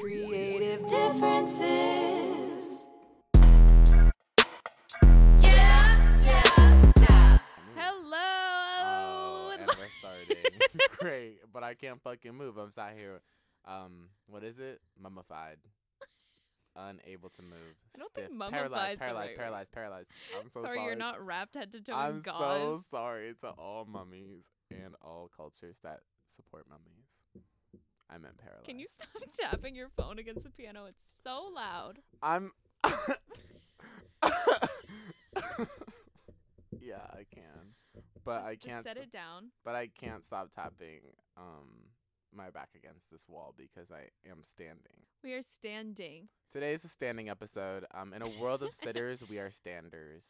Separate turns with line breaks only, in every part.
Creative differences.
Oh,
Hello.
Oh, and we're starting. Great, but I can't fucking move. I'm sat here, um, what is it? Mummified, unable to move.
I don't think
stiff, paralyzed,
mummified's the
paralyzed,
right word.
paralyzed, paralyzed. I'm so
sorry,
sorry.
you're
to-
not wrapped head to toe
I'm
in gauze.
so sorry to all mummies and all cultures that support mummies. I meant paralyzed.
Can you stop tapping your phone against the piano? It's so loud.
I'm. yeah, I can, but
just,
I
just
can't.
set
s-
it down.
but I can't stop tapping um my back against this wall because I am standing.
We are standing.
Today is a standing episode. Um, in a world of sitters, we are standers.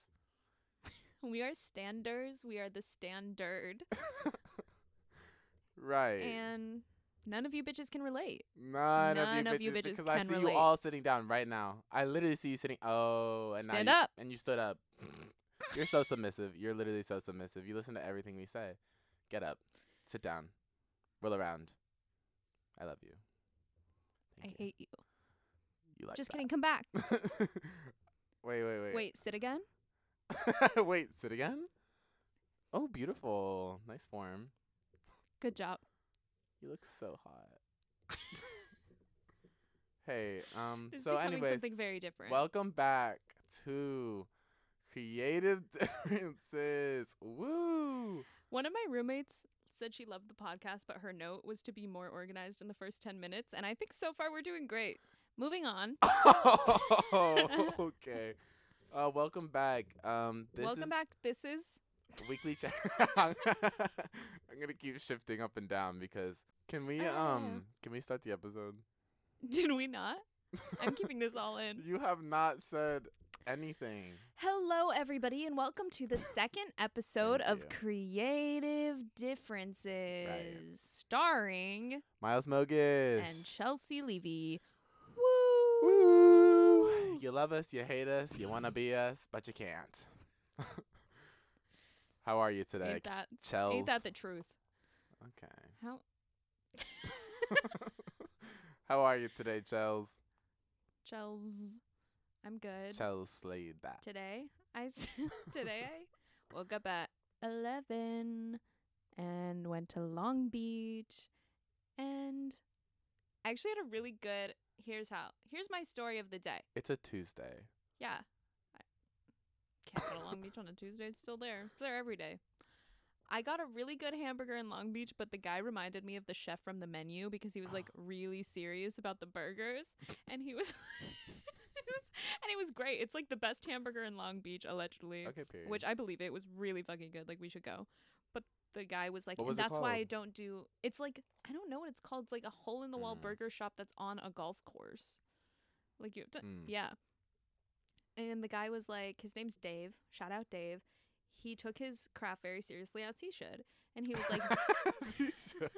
We are standers. We are the standard.
Right.
And none of you bitches can relate.
none,
none
of you bitches, because I
can
see
relate.
you all sitting down right now. I literally see you sitting. Oh, and now
Stand
you-
up.
And you stood up. You're so submissive. You're literally so submissive. You listen to everything we say. Get up. Sit down. Roll around. I love you.
I
Thank you.
hate you.
you. Like
just
that.
kidding. Come back.
wait, wait, wait.
Wait, sit again.
Wait, sit again? Oh, beautiful. Nice form.
Good job.
You look so hot. hey, um
This
so
is becoming
anyways,
something very different.
welcome back to Creative Differences. Woo!
One of my roommates said she loved the podcast, but her note was to be more organized in the first 10 minutes. And I think so far we're doing great. Moving on.
Oh, okay. Uh, welcome back. Um, this
Welcome
is
back. This is
weekly check. I'm gonna keep shifting up and down because can we
Ah.
um can we start the episode?
Did we not? I'm keeping this all in.
You have not said anything.
Hello, everybody, and welcome to the second episode
Thank
of
you.
Creative Differences, starring
Miles Mogish.
and Chelsea Levy. Woo!
Woo! You love us, you hate us, you want to be us, but you can't. How are you today?
Ain't that-
Chels?
Ain't that the truth?
okay.
How?
How are you today, Chels?
Chels, I'm good.
Chels slayed that.
Today, I s- today I woke up at eleven and went to Long Beach, and I actually had a really good. Here's how. Here's my story of the day.
It's a Tuesday.
Yeah. I can't go to Long Beach on a Tuesday. It's still there. It's there every day. I got a really good hamburger in Long Beach, but the guy reminded me of the chef from the menu because he was like really serious about the burgers. And he was, it was and it was great. It's like the best hamburger in Long Beach, allegedly.
Okay, period.
Which I believe it was really fucking good. Like we should go. But the guy was like,
What
and
was it
that's why I
called?"
don't do it's like I don't know what it's called. It's like a hole in the wall
Mm.
burger shop that's on a golf course. Like you have to
Mm.
yeah. And the guy was like, his name's Dave. Shout out Dave. He took his craft very seriously, as he should. And he was like,
You should.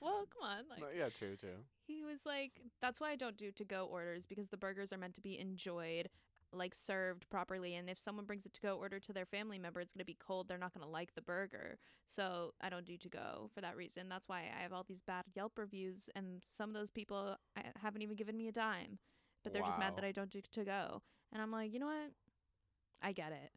well, come on. Like,
No, yeah, true, true.
he was like, that's why I don't do to go orders because the burgers are meant to be enjoyed, like served properly. And if someone brings a to go order to their family member, it's going to be cold. They're not going to like the burger. So I don't do to go for that reason. That's why I have all these bad Yelp reviews. And some of those people I haven't even given me a dime, but they're just mad
Wow.
that I don't do to go. And I'm like, you know what? I get it.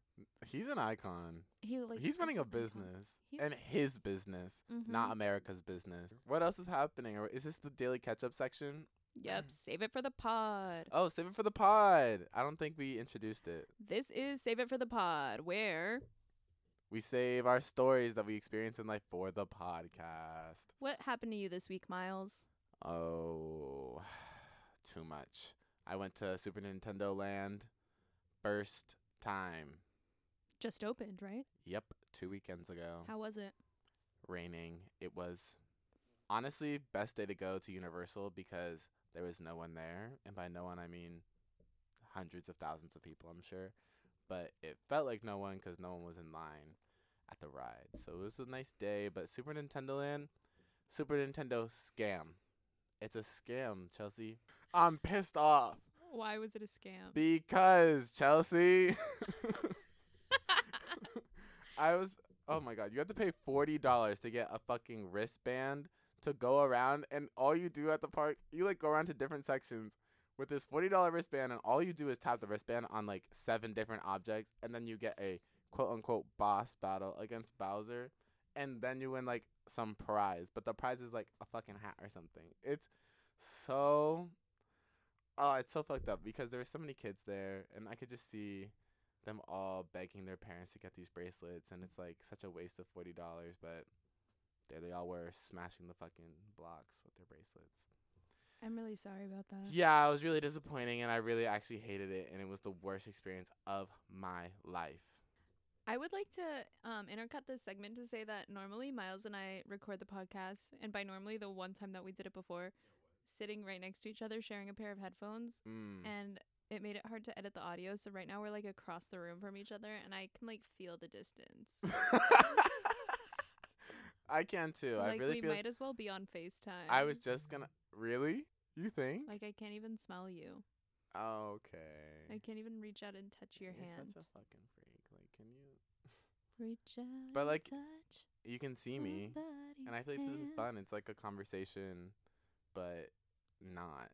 He's an icon.
He like Mm-hmm.
He's running a business.
He's-
and his business,
Mm-hmm.
not America's business. What else is happening? Or is this the daily catch up section?
Yep, save it for the pod.
Oh, save it for the pod. I don't think we introduced it.
This is save it for the pod, where
We save our stories that we experience in life for the podcast.
what happened to you this week, Miles?
Oh, too much. I went to Super Nintendo Land first time.
Just opened, right?
Yep, two weekends ago.
How was it?
Raining. It was honestly best day to go to Universal because there was no one there, and by no one I mean hundreds of thousands of people, I'm sure. But it felt like no one 'cause no one was in line at the ride. So it was a nice day, but Super Nintendo Land, Super Nintendo scam. It's a scam, Chelsea. I'm pissed off
Why was it a scam?
because Chelsea. I was. Oh my god! You have to pay forty dollars to get a fucking wristband to go around and all you do at the park, you like go around to different sections with this forty dollar wristband and all you do is tap the wristband on like seven different objects and then you get a quote unquote boss battle against Bowser and then you win like some prize. But the prize is like a fucking hat or something. It's so Oh, it's so fucked up because there were so many kids there and I could just see them all begging their parents to get these bracelets and it's like such a waste of forty dollars, but there they all were smashing the fucking blocks with their bracelets.
I'm really sorry about that.
Yeah, it was really disappointing and I really actually hated it and it was the worst experience of my life.
I would like to um, intercut this segment to say that normally Miles and I record the podcast, and by normally the one time that we did it before, sitting right next to each other, sharing a pair of headphones,
Mm.
and it made it hard to edit the audio. So right now we're like across the room from each other, and I can like feel the distance.
I can too.
like
I really
we
feel
might as well be on Facetime.
I was just gonna really? You think?
like I can't even smell you.
okay.
I can't even reach out and touch your
You're
hand.
such a fucking freak. Like can you
reach out.
But,
and
like,
touch
you can see me. And I
somebody's
feel like this is
hand.
fun. It's like a conversation but not.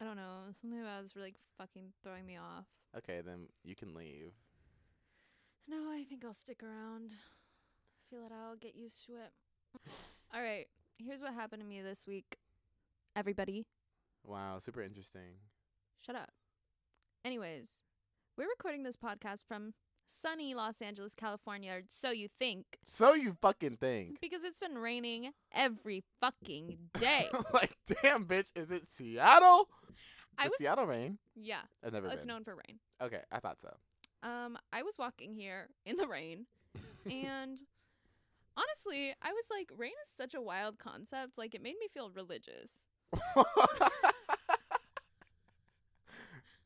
I don't know. Something about it was really like, fucking throwing me off.
Okay, then you can leave.
No, I think I'll stick around. Feel it out, get used to it. All right, here's what happened to me this week. Everybody,
Wow, super interesting.
shut up. Anyways, we're recording this podcast from sunny Los Angeles, California, or so you think,
So you fucking think.
because it's been raining every fucking day.
like, damn, bitch, is it Seattle?
I
Does
was-
Seattle rain?
yeah,
I've never
it's
been.
known for rain.
Okay, I thought so.
Um, I was walking here in the rain, and honestly, I was like, rain is such a wild concept. Like, it made me feel religious.
that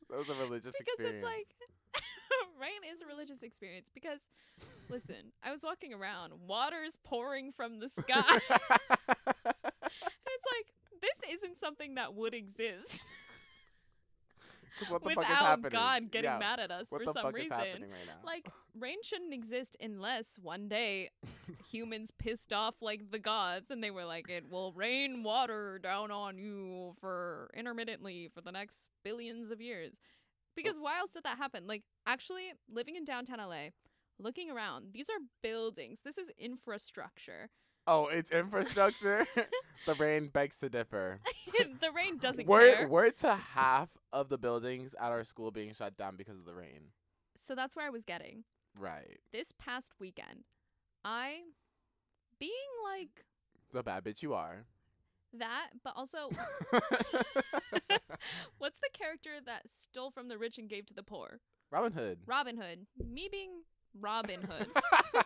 was a religious
because it's
experience.
like rain is a religious experience because listen i was walking around water's pouring from the sky and it's like this isn't something that would exist
'Cause what the fuck is
without
happening?
god getting
Yeah,
mad at us
what
for
the
some
fuck is
reason
happening right now?
like rain shouldn't exist unless one day humans pissed off like the gods and they were like it will rain water down on you for intermittently for the next billions of years because why else did that happen like actually living in downtown la looking around these are buildings this is infrastructure
oh, it's infrastructure. the rain begs to differ.
the rain doesn't
We're
care
we're to half of the buildings at our school being shut down because of the rain.
so that's where i was getting
Right.
this past weekend i being like
The bad bitch you are.
that but also What's the character that stole from the rich and gave to the poor?
Robin Hood.
Robin Hood. Me being Robin Hood.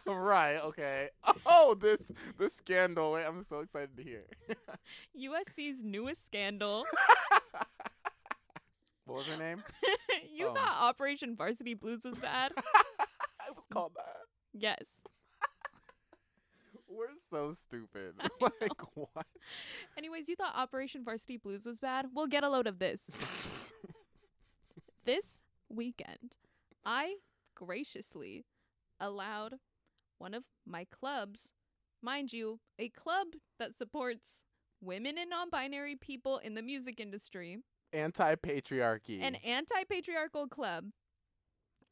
right, okay. Oh, this this scandal. Wait, I'm so excited to hear.
USC's newest scandal.
what was her name?
you
Oh.
thought Operation Varsity Blues was bad?
I was called that.
yes.
We're so stupid. Like what?
Anyways, you thought Operation Varsity Blues was bad? Well, get a load of this. this weekend, I graciously allowed one of my clubs, mind you, a club that supports women and non binary people in the music industry,
Anti patriarchy.
an anti patriarchal club,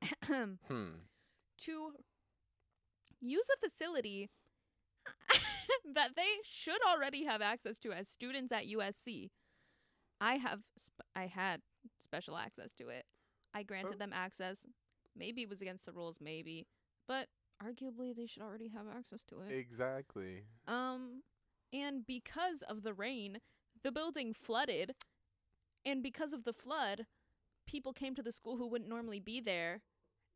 to
hmm.
use a facility that they should already have access to as students at USC. I have, sp- I had special access to it. I granted
Oh.
them access. Maybe it was against the rules, maybe, but arguably they should already have access to it.
Exactly.
Um, and because of the rain, the building flooded. And because of the flood, people came to the school who wouldn't normally be there.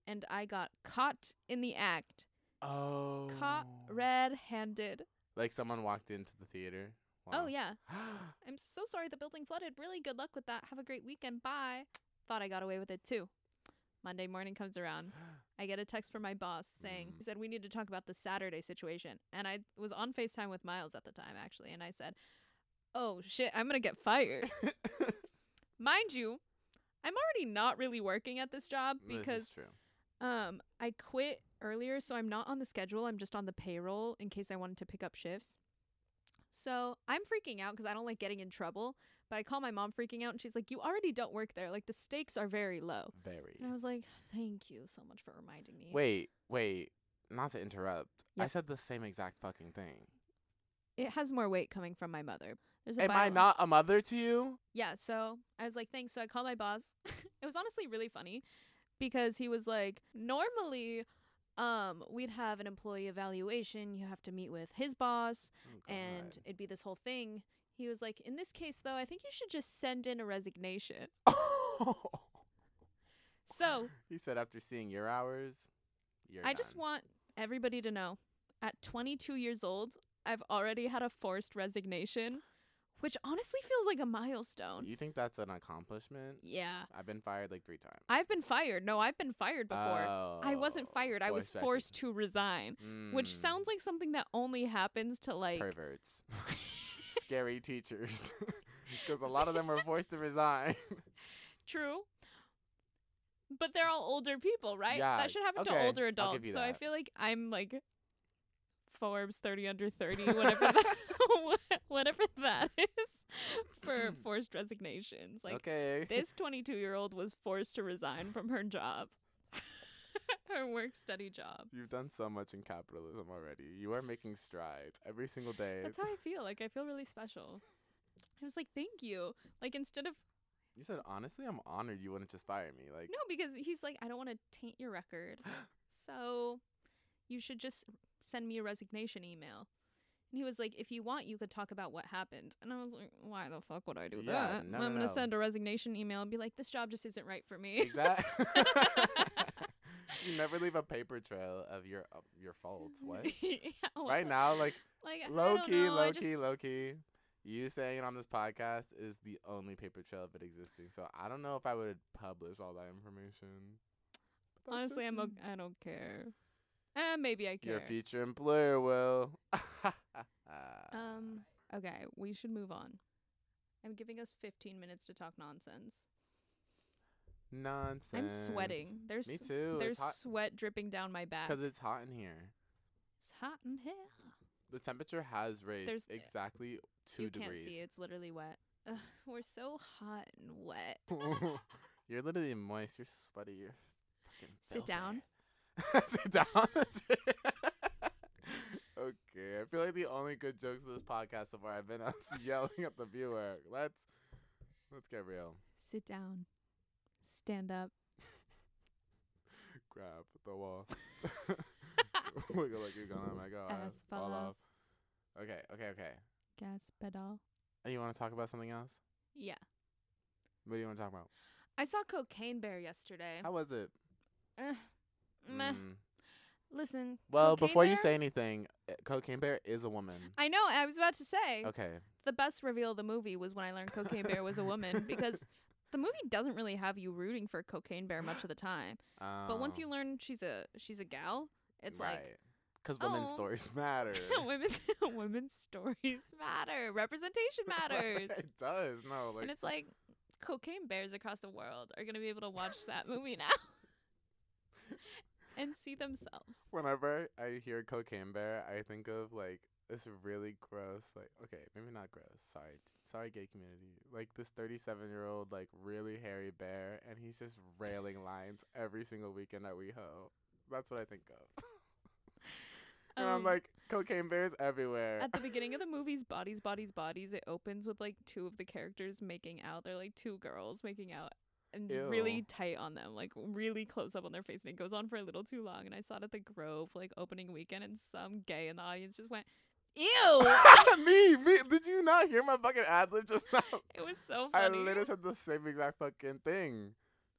And I got caught in the act,
Oh.
caught red handed.
Like someone walked into the theater.
Oh, yeah.
yeah.
I'm so sorry the building flooded. Really good luck with that. Have a great weekend. Bye. Thought I got away with it too. Monday morning comes around. I get a text from my boss saying,
Mm.
he said, we need to talk about the Saturday situation. And I was on FaceTime with Miles at the time, actually. And I said, oh shit, I'm going to get fired. Mind you, I'm already not really working at this job
this
because
is true.
um, I quit earlier. So I'm not on the schedule. I'm just on the payroll in case I wanted to pick up shifts. So I'm freaking out because I don't like getting in trouble. But I call my mom freaking out and she's like, You already don't work there. Like the stakes are very low.
Very.
And I was like, Thank you so much for reminding me.
Wait, wait. Not to interrupt. I
Yep.
said the same exact fucking thing.
It has more weight coming from my mother. There's a
Am I
bylaw.
not a mother to you?
Yeah, so I was like, thanks. So I called my boss. it was honestly really funny because he was like, normally um we'd have an employee evaluation, you have to meet with his boss
Oh,
and it'd be this whole thing. He was like, in this case though, I think you should just send in a resignation.
God.
So,
he said after seeing your hours, you're
I just
done."
want everybody to know at 22 years old, I've already had a forced resignation, which honestly feels like a milestone.
You think that's an accomplishment?
Yeah.
I've been fired like three times.
I've been fired. No, I've been fired before. I wasn't
Oh,
fired. I was
forced
forced to resign,
resignation.
which
Mm,
sounds like something that only happens to like.
perverts, scary teachers, because a lot of them were forced to resign.
True. But they're all older people, right?
Yeah,
that should happen
okay,
to older
I'll give
adults.
you
So I
that.
feel like I'm like Forbes 30 under 30, whatever that, whatever that is for forced resignations. Like
okay,
this 22 year old was forced to resign from her job, her work study job.
you've done so much in capitalism already. You are making strides every single day.
That's how I feel. Like I feel really special. I was like, thank you. Like instead of
you said honestly, I'm honored you wouldn't just fire me. Like,
no, because he's like, I don't want to taint your record, so you should just send me a resignation email. And he was like, if you want, you could talk about what happened. And I was like, why the fuck would I do
Yeah,
that?
no,
I'm
no,
gonna
no.
send a resignation email and be like, this job just isn't right for me.
exactly. you never leave a paper trail of your of your faults. What?
Yeah, well,
right now, like
like I
low
don't
key,
know, I
low key,
just-
low key. You saying it on this podcast is the only paper trail of it existing. So I don't know if I would publish all that information. But that's
Honestly, I'm
just me.
okay. I don't care. Uh, maybe I care.
Your future employer will.
Um, okay, we should move on. I'm giving us 15 minutes to talk nonsense.
Nonsense.
I'm sweating. There's
Me too.
there's
it's hot
sweat dripping down my back.
because it's hot in here.
It's hot in here.
The temperature has raised
There's- e
exactly two
you can't
degrees.
see. It's literally wet. Ugh, we're so hot and wet.
You're literally moist. You're sweaty. You're fucking.
Sit down.
velvet. Sit down. okay. I feel like the only good jokes of this podcast so far have been us yelling at the viewer. Let's let's get real.
Sit down. Stand up.
Grab the wall. Wiggle like you're gonna. Oh my god.
Ass
Fall
fall
off.
off.
Okay. Okay. Okay.
Gas pedal.
Uh, You want to talk about something else?
Yeah.
What do you want to talk about?
I saw Cocaine Bear yesterday.
How was it?
Ugh, meh.
Mm.
Listen.
Well,
Cocaine
before you
Bear-
say anything, uh, Cocaine Bear is a woman.
I know. I was about to say.
Okay.
the best reveal of the movie was when I learned Cocaine Bear was a woman because the movie doesn't really have you rooting for Cocaine Bear much of the time. But once
Oh.
you learn she's a she's a gal, it's like
because women's
oh.
stories matter.
women's women's stories matter, representation matters,
it does. No, like
and it's like cocaine bears across the world are gonna be able to watch that movie now and see themselves.
whenever I hear cocaine bear, I think of like this really gross. Like okay, maybe not gross. Sorry, sorry, gay community. Like this thirty-seven-year-old, like really hairy bear, and he's just railing lines every single weekend at WeHo. That's what I think of. and I'm
Um,
like, cocaine bears everywhere.
At the beginning of the movie's Bodies, Bodies, Bodies, it opens with like two of the characters making out. They're like two girls making out and it's
Ew.
really tight on them, like really close up on their face. And it goes on for a little too long. And I saw it at the Grove, like opening weekend, and some gay in the audience just went, Ew!
me, me. Did you not hear my fucking ad lib just now?
it was so
I
funny.
literally said the same exact fucking thing.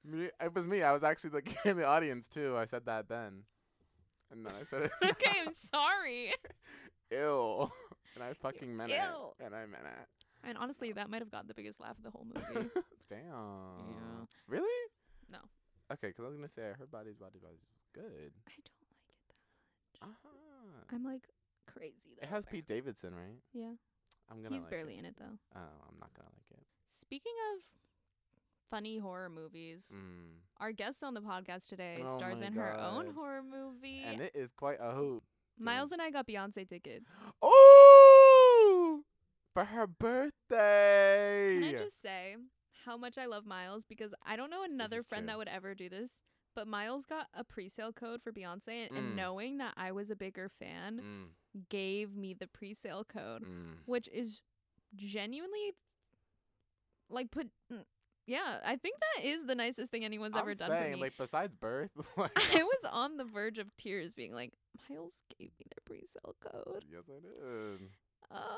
Me, it was me. I was actually like in the audience too. I said that then, and then I said it. now.
okay, I'm sorry.
Ew. And I fucking meant
Ew.
it. And I meant it.
And honestly, that might have gotten the biggest laugh of the whole movie.
Damn. Really?
No.
Okay, because I was gonna say her body's body body's good.
I don't like it that
uh
much. I'm like crazy though.
It has
apparently.
Pete Davidson, right?
Yeah,
I'm gonna.
he's
like
barely
It.
in it though.
Oh, I'm not gonna like it.
Speaking of funny horror movies,
Mm.
our guest on the podcast today
Oh
stars
my
in her own
God.
horror movie.
And it is quite a hoop.
Miles and I got Beyonce tickets.
Oh! for her birthday.
Can I just say how much I love Miles because I don't know another
is
friend
true.
that would ever do this, but Miles got a pre-sale code for Beyonce, and,
Mm.
and knowing that I was a bigger fan
mm,
gave me the pre-sale code,
mm.
which is genuinely like put. mm, Yeah, I think that is the nicest thing anyone's ever
I'm
done
saying,
for me.
like besides birth, like,
I was on the verge of tears, being like, "Miles gave me their pre-sale code."
yes, I did.
Uh,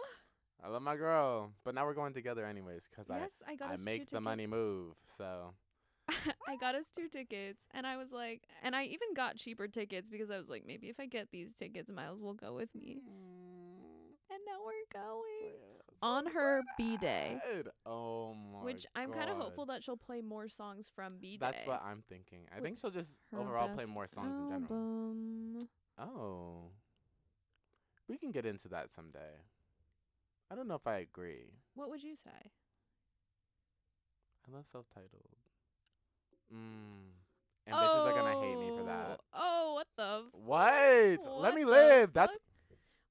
I love my girl, but now we're going together anyways because
yes, I got
I I
us two
make the money
tickets.
move. So
I got us two tickets, and I was like, and I even got cheaper tickets because I was like, maybe if I get these tickets, Miles will go with me. And now we're going on her B day,
Good. Oh my.
which I'm kind of
God.
hopeful that she'll play more songs from B day.
That's what I'm thinking. I
Wh-
think she'll just
Her
overall play
best
more songs in general.
album.
Oh. We can get into that someday. I don't know if I agree.
What would you say?
I love self titled. Mm. And bitches are gonna hate me for that.
Oh, what the? F-
What? Let
what
me
the
live. That's
fuck?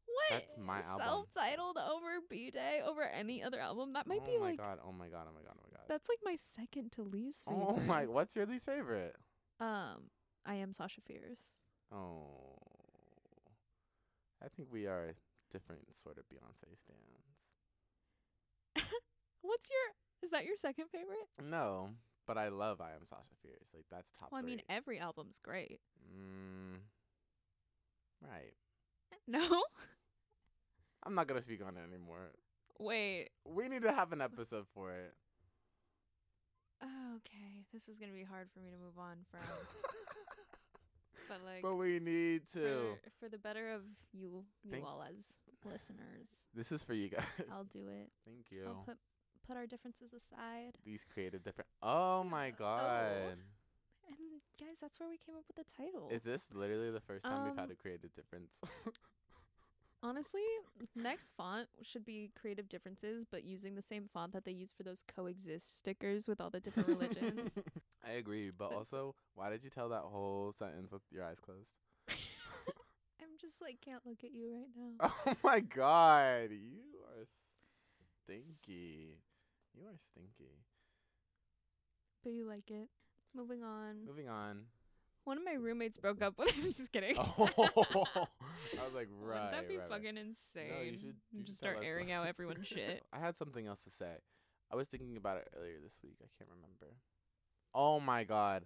What?
that's my album.
Self-titled over B Day over any other album. That might
oh
be
my
like
god, oh my god, oh my god, oh my god.
that's like my second to least favorite.
Oh my what's your least favorite?
Um, I am Sasha Fierce.
Oh I think we are different sort of Beyonce stands.
What's your? Is that your second favorite?
No, but I love I am Sasha Fierce. Like that's top
Well, I mean,
three.
every album's great.
Mm, right.
No,
I'm not gonna speak on it anymore.
wait.
We need to have an episode for it.
Okay, this is gonna be hard for me to move on from. but like,
but we need to.
for, for the better of you, you
Thank-
all as listeners,
This is for you guys.
I'll do it.
Thank you.
I'll put put our differences aside.
These creative different. Oh my
Yeah. Oh.
god.
And guys, that's where we came up with the title.
Is this literally the first time we've had
Um,
a creative difference?
Honestly, next font should be creative differences, but using the same font that they use for those coexist stickers with all the different religions.
I agree, but
But-
also, why did you tell that whole sentence with your eyes closed?
I'm just like can't look at you right now.
Oh my god, you are stinky. You are stinky.
But you like it. Moving on.
Moving on.
One of my roommates broke up with I'm just kidding.
Oh, I was like, right.
Wouldn't that be
right, right.
fucking insane?
No, you should you
And
should
just
tell
start
that
airing
story.
out everyone's shit.
I had something else to say. I was thinking about it earlier this week. I can't remember. Oh my god.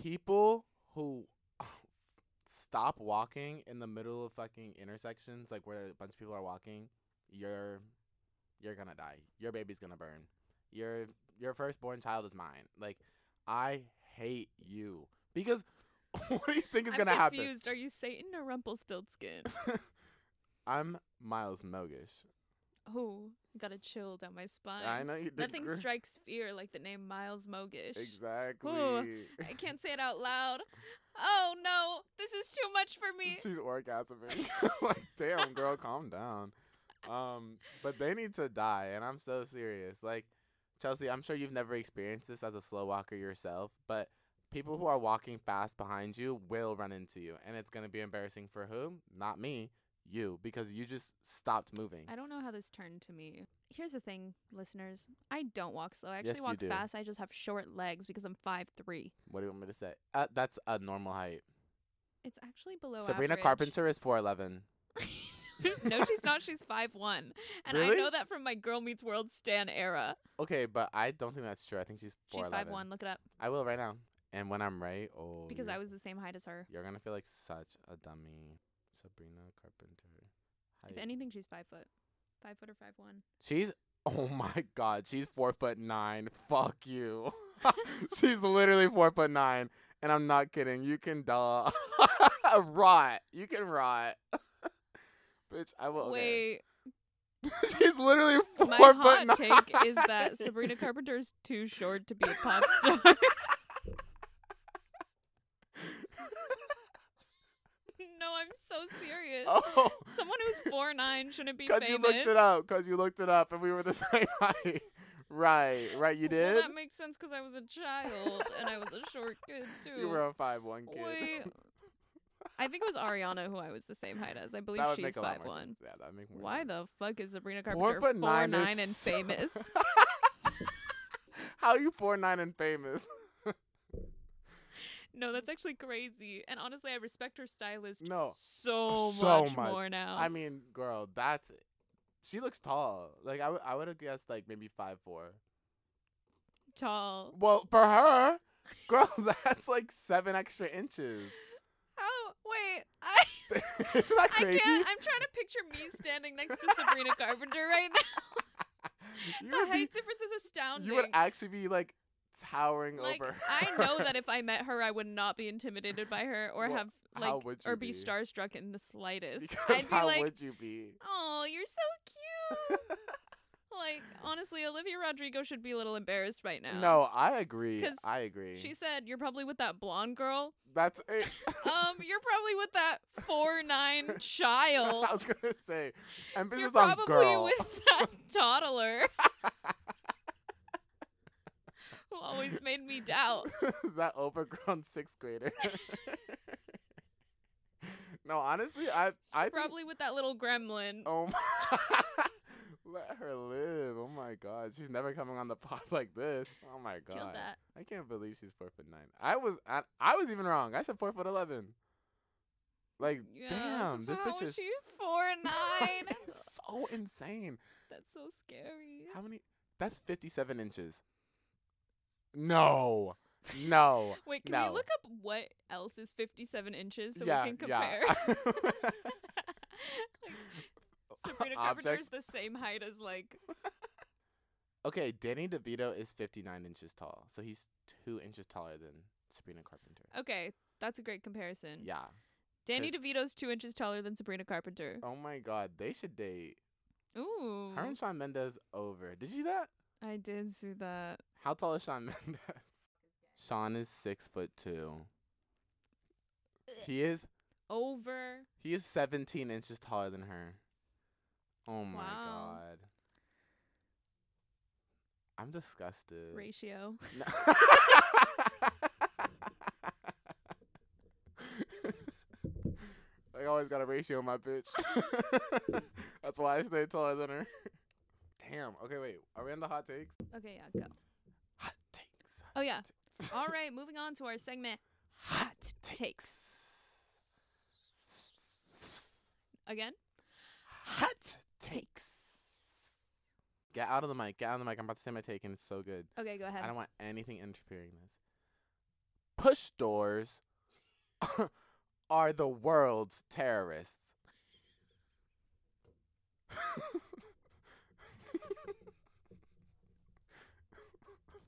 People who stop walking in the middle of fucking intersections, like where a bunch of people are walking, you're you're gonna die. Your baby's gonna burn. Your your firstborn child is mine. Like I hate you. Because what do you think is
I'm
gonna happen?
confused. Are you Satan or Rumpelstiltskin?
I'm Miles Mogish.
oh, got a chill down my spine.
I know you did.
Nothing
gr-
strikes fear like the name Miles Mogish.
Exactly.
I can't say it out loud. Oh no, this is too much for me.
She's orgasming. like, damn, girl, calm down. Um, but they need to die, and I'm so serious. Like, Chelsea, I'm sure you've never experienced this as a slow walker yourself, but people who are walking fast behind you will run into you, and it's gonna be embarrassing for who? Not me, you, because you just stopped moving.
I don't know how this turned to me. Here's the thing, listeners. I don't walk slow. I actually
Yes, you
walk
do.
fast. I just have short legs because I'm five three.
What do you want me to say? Uh, that's a normal height.
It's actually below
Sabrina
average.
Carpenter is four eleven.
no, she's not. She's five one, and I
Really?
know that from my Girl Meets World Stan era.
Okay, but I don't think that's true. I think she's four
She's
eleven.
five one. Look it up
I will right now. And when I'm right, oh,
because
you're-
I was the same height as her.
You're gonna feel like such a dummy, Sabrina Carpenter.
If
Height.
anything, she's five foot, five foot or five one.
she's oh my god, she's four foot nine. Fuck you. she's literally four foot nine, and I'm not kidding. You can duh rot. You can rot, bitch. I will. okay.
Wait,
she's literally four
my
foot
hot
nine.
take is that Sabrina Carpenter is too short to be a pop star. no, I'm so serious.
oh,
Someone who's four nine shouldn't be
because
famous.
you looked it up. Because you looked it up, and we were the same height. right, right. You
Well,
did.
that makes sense because I was a child and I was a short kid too.
you were a five one kid.
Wait, I think it was Ariana who I was the same height as. I believe
that would
she's
make a lot
five
more
one.
sense. Yeah, that would make more
Why
sense.
the fuck is Sabrina
Four
Carpenter four
foot
nine,
nine is
and
so-
famous?
How are you four nine and famous?
no, that's actually crazy. And honestly, I respect her stylist
No,
so,
Oh, so
much,
much.
more now.
I mean, girl, that's she looks tall. Like I would have guessed like maybe five four.
tall.
Well, for her, girl, that's like seven extra inches.
Oh wait, I
Isn't that
I
crazy?
can't. I'm trying to picture me standing next to Sabrina Carpenter right now.
you
The
would
height
be,
difference is astounding.
you would actually be like towering
like
over.
I know
her.
that if I met her, I would not be intimidated by her or
Well,
have like
how would you
or be,
be?
starstruck in the slightest.
Because
I'd be
how
like,
would you be?
"Oh, you're so cute." like honestly, Olivia Rodrigo should be a little embarrassed right now.
No, I agree.
'Cause
I agree.
She said, "You're probably with that blonde girl.
That's it.
Um, you're probably with that four nine child.
I was gonna say, emphasis
You're
on
probably
girl.
with that toddler." Who always made me doubt.
that overgrown sixth grader. no, honestly, I I think-
Probably with that little gremlin.
Oh my. Let her live. Oh my god. She's never coming on the pod like this. Oh my god.
Killed that.
I can't believe she's four foot nine. I was I, I was even wrong. I said four foot eleven. Like
Yeah,
damn,
that's
this
how
bitch is
she four nine.
It's so insane.
That's so scary.
How many that's fifty seven inches. No. No.
Wait, can
no.
we look up what else is fifty seven inches so
yeah,
we can compare?
yeah.
Like, Sabrina Carpenter
Objects.
is the same height as like
Okay, Danny DeVito is 59 inches tall, so he's two inches taller than Sabrina Carpenter.
okay, that's a great comparison.
Yeah.
Danny
'cause-
DeVito's two inches taller than Sabrina Carpenter.
Oh my God, they should date.
Ooh.
Her and Shawn Mendes over. Did you see that?
I did see that.
How tall is Shawn Mendes? Shawn is six foot two. He is
Over.
he is 17 inches taller than her. Oh my
Wow.
God. I'm disgusted.
Ratio.
No. I always got a ratio, my bitch. That's why I stay taller than her. Damn. Okay, wait. Are we on the hot takes?
Okay, yeah, go.
Hot takes.
Oh yeah.
takes.
All right, moving on to our segment Hot Takes. Again?
Hot takes. Get out of the mic. Get out of the mic. I'm about to say my take, and it's so good.
Okay, go ahead.
I don't want anything interfering in this. Push doors are the world's terrorists.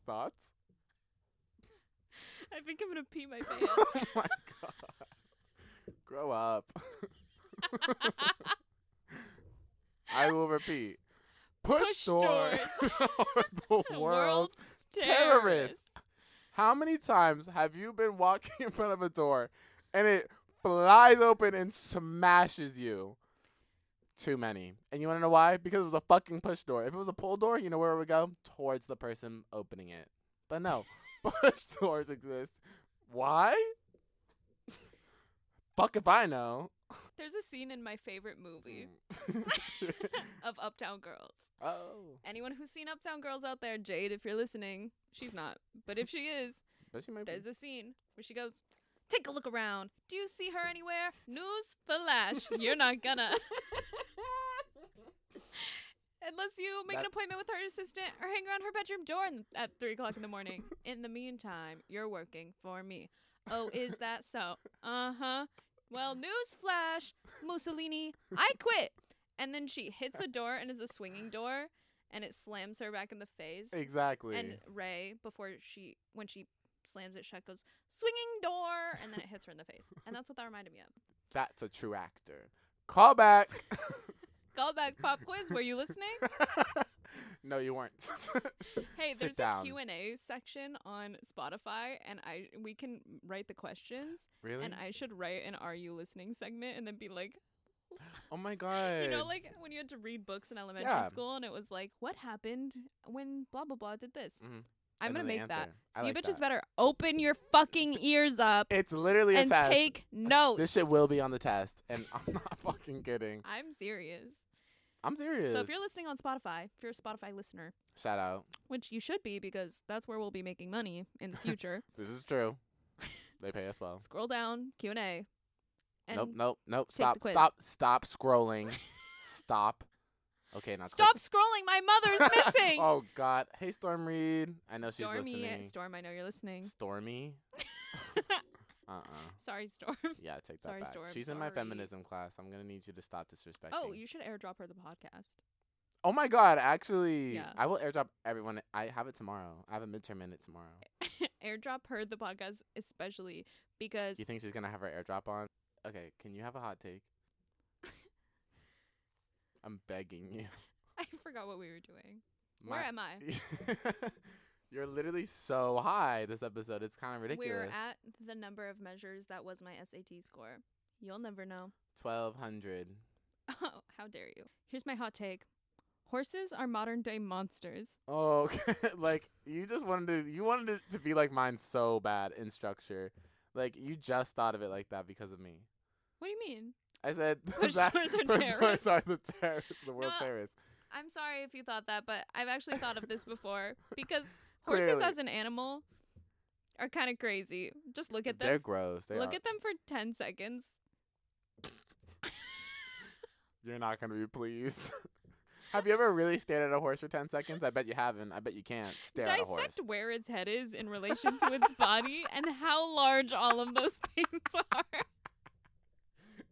Thoughts?
I think I'm gonna pee my
oh
pants.
my god. Grow up. I will repeat. Push,
Push
doors are the
World
world's terrorist. How many times have you been walking in front of a door and it flies open and smashes you? Too many. And you want to know why? Because it was a fucking push door. If it was a pull door, you know where it would go? Towards the person opening it. But no, push doors exist. Why? Fuck if I know.
There's a scene in my favorite movie of Uptown Girls.
oh.
Anyone who's seen Uptown Girls out there, Jade, if you're listening, she's not. But if she is,
But she might be.
there's a scene where she goes, Take a look around. Do you see her anywhere? News flash. You're not gonna. Unless you make an
That-
appointment with her assistant or hang around her bedroom door in, at 3 o'clock in the morning. In the meantime, you're working for me. Oh, is that so? Uh huh. Well, newsflash Mussolini, I quit. And then she hits the door and is a swinging door and it slams her back in the face.
Exactly.
And Ray, before she, when she slams it shut, goes, swinging door, and then it hits her in the face. And that's what that reminded me of.
That's a true actor. Call back.
Call back pop quiz. Were you listening?
no, you weren't.
Hey,
Sit
there's
down.
a Q&A section on Spotify and I we can write the questions
really?
and I should write an are you listening segment and then be like
oh my god.
you know like when you had to read books in elementary
Yeah.
school and it was like what happened when blah blah blah did this.
Mhm.
I'm
I know
gonna
the
make that.
answer. I
So you
like
bitches
that.
better open your fucking ears up
It's literally a
and
test.
take notes.
This shit will be on the test, and I'm not fucking kidding.
I'm serious.
I'm serious.
So if you're listening on Spotify, if you're a Spotify listener,
shout out.
which you should be because that's where we'll be making money in the future.
This is true. they pay us well.
Scroll down, Q and A.
Nope, nope, nope.
take the
Stop,
quiz.
stop, stop scrolling. stop. Okay, now click.
Stop scrolling. My mother's missing.
oh God. Hey, Storm Reed. I know
Stormy, eh,
she's listening.
Storm, I know you're listening.
Stormy. Uh uh
Sorry, Storm.
Yeah, take that
Sorry,
back.
Storm,
she's in my
sorry.
feminism class. I'm gonna need you to stop disrespecting.
Oh, you should airdrop her the podcast.
Oh my God! Actually,
Yeah.
I will airdrop everyone. I have it tomorrow. I have a midterm in it tomorrow.
airdrop her the podcast, especially because
You think she's gonna have her airdrop on? Okay, can you have a hot take? I'm begging you.
I forgot what we were doing. Where
My-
am I?
You're literally so high this episode. It's kind of ridiculous.
We're at the number of measures that was my SAT score. You'll never know.
1200.
Oh, how dare you? Here's my hot take. Horses are modern day monsters.
Oh, okay. like you just wanted to you wanted it to be like mine so bad in structure. Like you just thought of it like that because of me.
What do you mean?
I said
Push
that-
towards our
push
terrorists.
towards our- the terror, the world
No,
terrorists.
I'm sorry if you thought that, but I've actually thought of this before because horses
Clearly.
as an animal are kind of crazy. Just look at them.
They're gross. They
look
are.
at them for 10 seconds.
You're not gonna be pleased. Have you ever really stared at a horse for ten seconds? I bet you haven't. I bet you can't stare at a horse.
Dissect where its head is in relation to its body and how large all of those things are.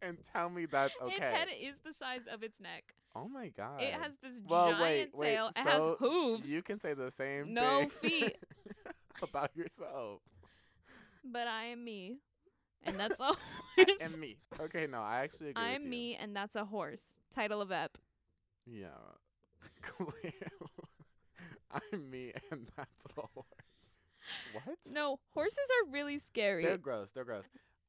And tell me that's okay.
Its head is the size of its neck.
oh my god.
It has this
Well,
giant
wait, wait,
tail. It has
so
hooves.
You can say the same
No
thing
feet.
about yourself.
But I am me. And that's all.
I am me. Okay, no, I actually agree. with
I'm
you.
me, and that's a horse. Title of ep.
Yeah. Clearly. I'm me, and that's a horse. What?
No, horses are really scary.
They're
They're,
gross. They're gross.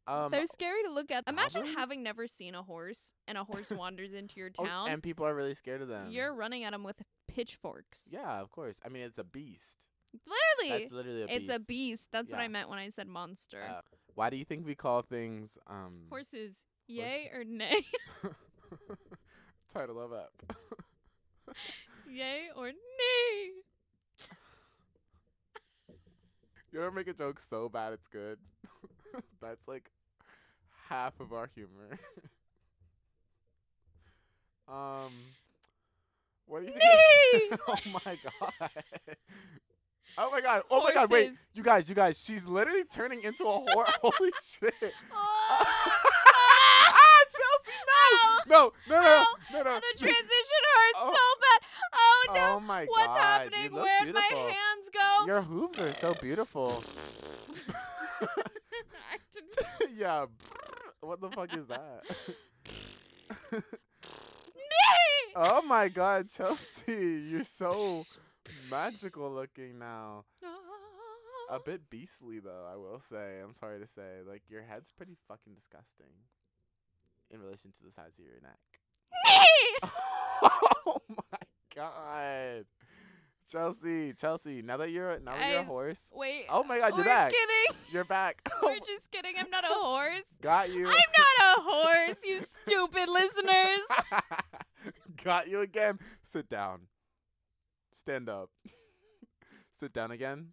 Um,
scary to look at. Imagine
goblins?
having never seen a horse, and a horse wanders into your
oh,
town.
and people are really scared of them.
You're running at them with pitchforks.
Yeah, of course. I mean, it's a beast.
Literally,
That's literally a
it's
beast.
a beast. That's what I
Yeah.
meant when I said monster.
Uh, Why do you think we call things um
Horses, yay or nay?
title of up?
yay or nay?
you ever make a joke so bad it's good? That's like half of our humor. um what do you think? oh my god. Oh my god. Oh my god. Wait.
Horses.
You guys, you guys, she's literally turning into a whore. Holy shit.
Oh,
ah, Chelsea,
no!
no, no, no,
Oh,
no, no.
The transition hurts
Oh.
so bad. Oh no!
Oh my
What's
god. You
happening?
look
Where'd
beautiful.
my hands go?
Your hooves are so beautiful.
I didn't-
yeah. What the fuck is that?
Nay!
oh my god, Chelsea, you're so magical looking now. A bit beastly though, I will say. I'm sorry to say. Like your head's pretty fucking disgusting in relation to the size of your neck.
Nay!
oh my god. Chelsea, Chelsea, now that you're now that you're a
Guys,
horse.
Wait.
Oh my god,
we're
you're back.
kidding.
You're back. Oh,
We're just kidding. I'm not a horse.
got you.
I'm not a horse, you stupid listeners.
got you again. Sit down. Stand up. Sit down again.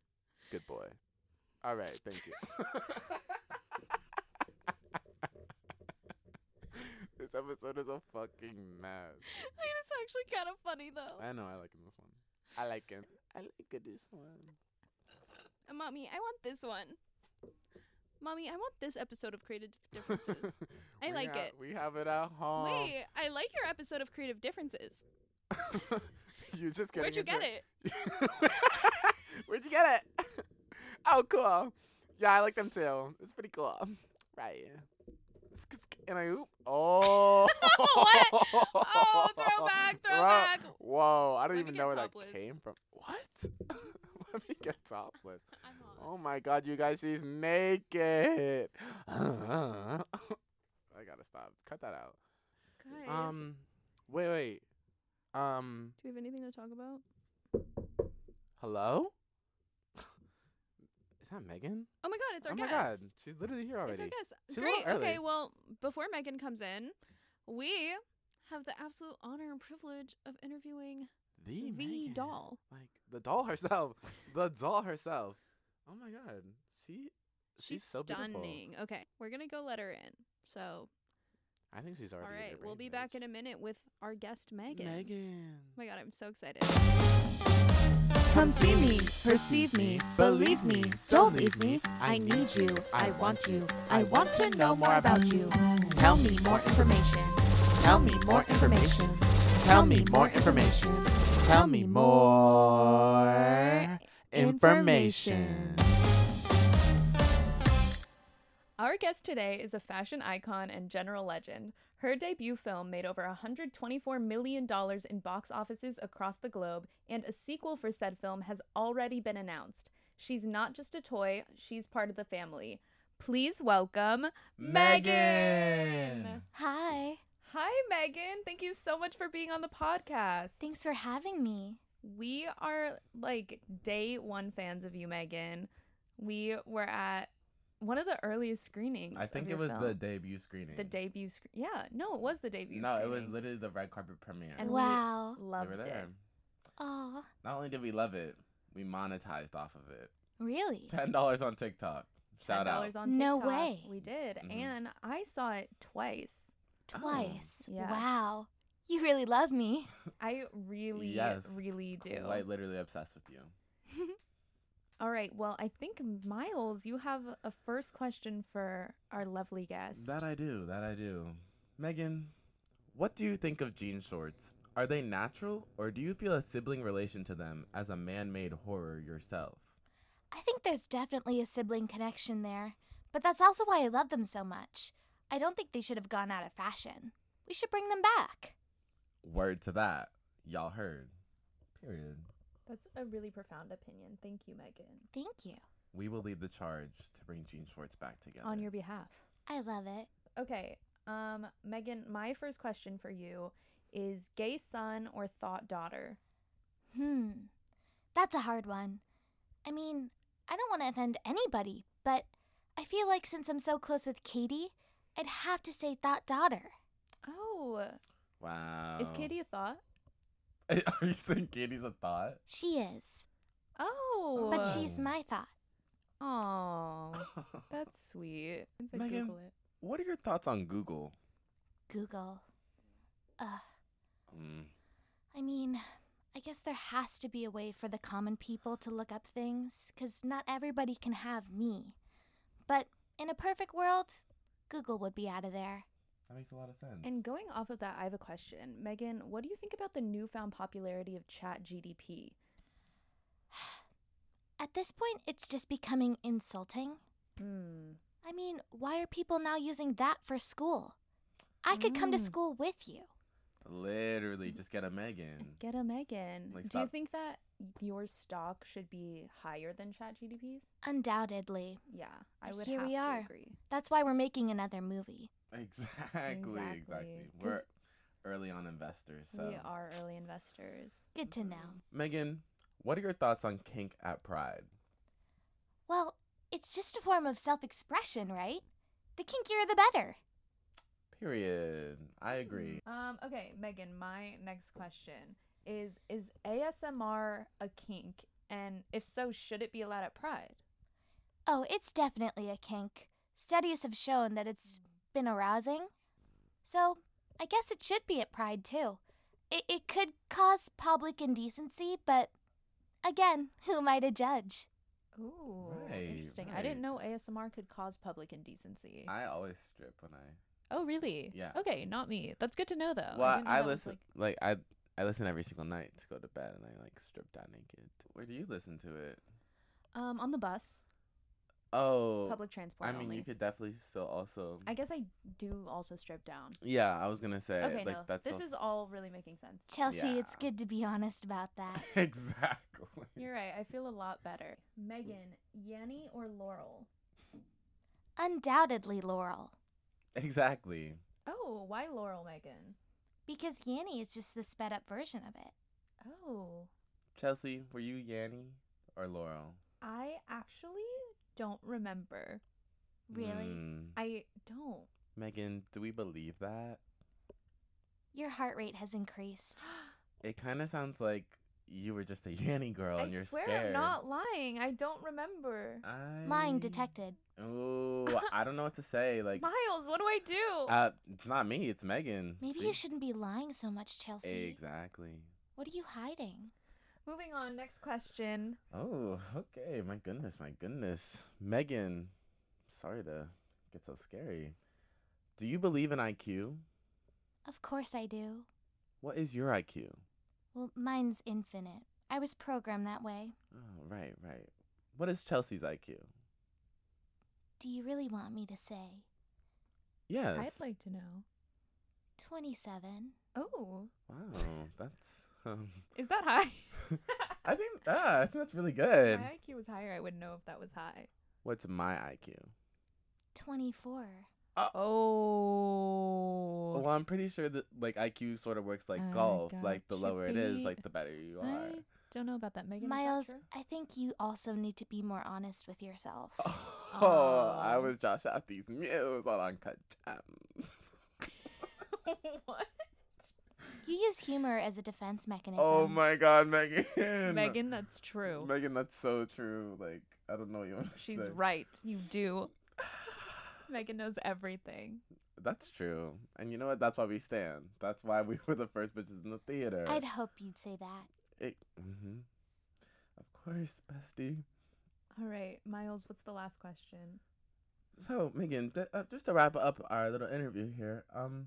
Good boy. All right, thank you. this episode is a fucking mess.
Wait, it's actually kind of funny though.
I know I like him this one. I like him. I like this one.
Uh, Mommy, I want this one. Mommy, I want this episode of Creative Differences. I
We
like
ha-
it.
We have it at home.
Wait, I like your episode of Creative Differences.
you just getting
Where'd you
into
get it?
Where'd you get it? oh, cool. Yeah, I like them too. It's pretty cool. Right. Sk- sk- And I oop. Oh.
What? Oh, throwback,
Whoa.
throwback.
Whoa, I don't
Let me
even
get
know where
topless.
that came from. What? Let me get topless.
I'm on.
Oh my god, you guys, she's naked. I gotta stop. Cut that out.
Guys,
Um, wait, wait. Um,
do we have anything to talk about?
hello?
not Megan.
Oh my god, it's our
oh my
guest.
god, she's literally here
It's
already.
our guest.
She's a little
Great. Okay,
early.
well, before Megan comes in, we have the absolute honor and privilege of interviewing
The,
the
Megan.
doll.
like the doll herself, the doll herself. Oh my god, she she's, so
stunning.
beautiful.
Okay, we're gonna go let her in. So,
I think she's already.
all right, we'll be back in a minute with our guest Megan.
Megan.
Oh my god, I'm so excited. Come see me, perceive me, believe me, don't leave me. I need you, I want you, I want to know more about you.
Tell me more information.
Tell me more information. Tell me more information. Tell me more information.
Our guest today is a fashion icon and general legend. Her debut film made over $124 million in box offices across the globe, and a sequel for said film has already been announced. She's not just a toy, she's part of the family. Please welcome Megan.
Hi.
Hi, Megan. Thank you so much for being on the podcast.
Thanks for having me.
We are like day one fans of you, Megan. We were at one of the earliest screenings.
I
of
think it
your
was the
film.
debut screening.
the debut. Sc- yeah, no, it was the debut.
No, it was
screening.
literally the red carpet premiere.
And we
wow.
loved
we were there.
it.
Aw.
Not only did we love it, we monetized off of it.
Really?
Ten dollars on TikTok. Shout out.
$10 on
No
TikTok.
way.
We did,
Mhm.
and I saw it twice.
Twice.
Yeah.
Wow. You really love me.
I really,
Yes.
really do.
Like literally obsessed with you.
All right. Well, I think Miles, you have a first question for our lovely guest.
That I do. That I do. Megan, what do you think of jean shorts? Are they natural, or do you feel a sibling relation to them as a man-made horror yourself?
I think there's definitely a sibling connection there, but that's also why I love them so much. I don't think they should have gone out of fashion. We should bring them back.
Word to that, y'all heard. Period.
That's a really profound opinion. Thank you, Megan.
Thank you.
We will lead the charge to bring jean shorts back together.
On your behalf.
I love it.
Okay. Um, Megan, my first question for you is gay son or thought daughter?
Hmm. That's a hard one. I mean, I don't want to offend anybody, but I feel like since I'm so close with Katie, I'd have to say thought daughter.
Oh.
wow.
Is Katie a thought?
Are you saying Katie's a thought?
She is,
Oh.
but
Whoa.
she's my thought.
Oh. That's sweet. It's like
Megan.
Google it.
what are your thoughts on Google?
Google. Ugh.
Mm.
I mean, I guess there has to be a way for the common people to look up things, because not everybody can have me. But in a perfect world, Google would be out of there.
That makes a lot of sense.
And going off of that, I have a question. Megan, what do you think about the newfound popularity of Chat GDP?
At this point, it's just becoming insulting.
Hmm.
I mean, why are people now using that for school? I could come to
Mm.
school with you.
Literally,
Mm-hmm.
just get a Megan.
Get a Megan.
Like,
do you
stop-
think that your stock should be higher than Chat GDP's?
Undoubtedly.
Yeah, I
But
would
here
have
we
to
are.
agree.
That's why we're making another movie.
Exactly,
Exactly.
exactly.
'Cause-
We're early on investors. So.
We are early investors.
Good to know.
Megan, what are your thoughts on kink at Pride?
Well, it's just a form of self expression, right? The kinkier the better.
Period. I agree.
Um, okay, Megan, my next question is is ASMR a kink? And if so, should it be allowed at Pride?
Oh, it's definitely a kink. Studies have shown that it's been arousing. So, I guess it should be at Pride, too. It, it could cause public indecency, but again, who am I to judge?
Ooh,
Right,
interesting. I didn't
right.
know ASMR could cause public indecency.
I always strip when I.
oh, really?
Yeah.
Okay, not me. That's good to know, though.
well,
Oh, didn't know
I,
that was,
listen like... I I listen every single night to go to bed, and I like strip down naked. Where do you listen to it?
like, um, on the bus,
Oh,
public transport
I mean,
only.
you could definitely still also.
I guess I do also strip down.
Yeah, I was gonna say
Okay,
like
no,
that's
this
al-
is all really making sense.
Chelsea, it's
Yeah.
good to be honest about that.
exactly.
You're right. I feel a lot better. Megan, Yanni or Laurel?
Undoubtedly, Laurel.
Exactly.
Oh, why Laurel, Megan?
Because Yanny is just the sped up version of it.
Oh,
Chelsea, were you Yanny or Laurel?
I actually don't remember.
Really?
Mm.
I don't.
Megan, do we believe that?
Your heart rate has increased.
It kind of sounds like you were just a Yanny girl
I
and you're
swear
scared.
I'm not lying. I don't remember.
I...
Lying detected.
Ooh, I don't know what to say. Like,
Miles, what do I do?
uh, it's not me. It's Megan.
Maybe
See?
you shouldn't be lying so much, Chelsea.
Exactly.
What are you hiding?
Moving on, next question.
Oh, okay. My goodness, my goodness. Megan, sorry to get so scary. Do you believe in IQ?
Of course I do.
What is your IQ?
Well, mine's infinite. I was programmed that way.
Oh, right, right. What is Chelsea's IQ?
Do you really want me to say
Yes.
I'd like to know.
27?
Oh,
Wow, that's um
is that high?
I think ah, I think that's really good.
My IQ was higher. I wouldn't know if that was high.
What's my IQ?
24.
Oh.
Well, I'm pretty sure that like IQ sort of works like
I
golf.
got
Like the
you
lower it is,
beat.
like the better you are.
I don't know about that, Megan. is that
Miles,
true?
I think you also need to be more honest with yourself.
Oh, I
Oh.
was Josh Athey's muse on Uncut Gems.
what?
You use humor as a defense mechanism.
oh my god, Megan.
Megan, that's true.
uh, Megan, that's so true. Like, I don't know what you want to
She's
say.
right. You do. Megan knows everything.
That's true. And you know what? That's why we stand. That's why we were the first bitches in the theater.
I'd hope you'd say that.
It, hmm Of course, bestie.
All right, Miles, what's the last question?
So, Megan, th- uh, just to wrap up our little interview here, um,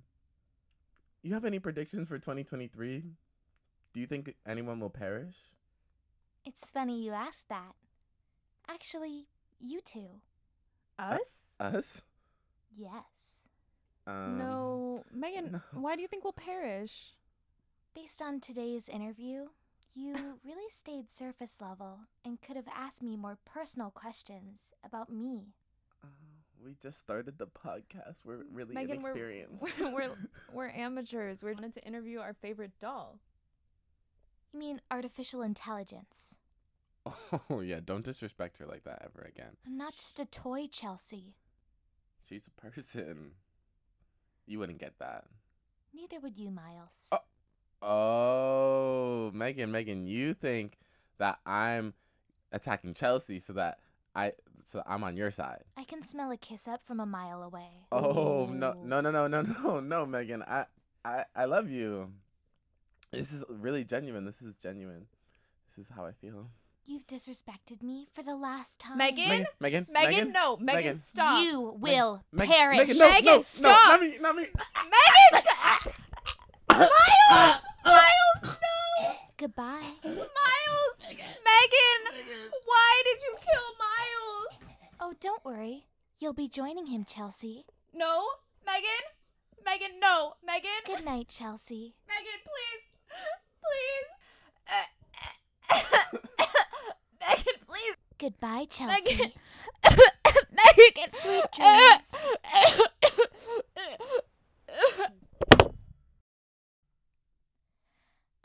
you have any predictions for 2023? Do you think anyone will perish?
It's funny you asked that. Actually, you two.
Uh,
Us?
Us?
Yes.
Um,
no. Megan,
no.
why do you think we'll perish?
Based on today's interview, you really stayed surface level and could have asked me more personal questions about me.
Oh, we just started the podcast. We're really
Megan, we're-
inexperienced.
we're we're amateurs. We wanted to interview our favorite doll.
You mean artificial intelligence?
oh yeah, don't disrespect her like that ever again.
I'm not just a toy, Chelsea.
She's a person. You wouldn't get that.
Neither would you, Miles.
Oh. Oh, Megan, Megan, you think that I'm attacking Chelsea so that I so I'm on your side.
I can smell a kiss up from a mile away.
Oh no
Ooh.
no no no no no no Megan. I I I love you. This is really genuine. This is genuine. This is how I feel.
You've disrespected me for the last time.
Megan?
Megan, Megan,
Megan, no, Megan,
Megan.
stop.
You will
Meg-
perish.
Megan, no,
Megan,
no, no,
stop.
not me, not me.
Megan! Miles! Miles, no!
Goodbye.
Miles! Megan! Why did you kill Miles?
Oh, don't worry. You'll be joining him, Chelsea.
No, Megan? Megan, no, Megan!
Good night, Chelsea.
Megan, please, please. Megan, please.
Goodbye, Chelsea.
Megan. Megan.
Sweet dreams.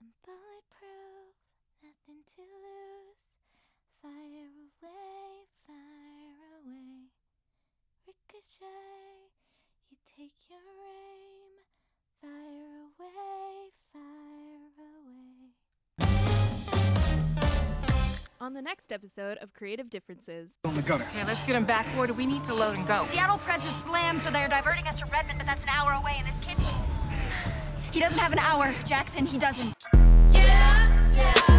I'm bulletproof, nothing to lose. Fire away, fire away. Ricochet, you take your aim. Fire away, fire away.
On the next episode of Creative Differences.
on the gutter.
Okay, let's get him back. Where do we need to load and go?
Seattle Press is slammed, so they're diverting us to Redmond, but that's an hour away, and this kid. He doesn't have an hour, Jackson, he doesn't. Yeah, yeah.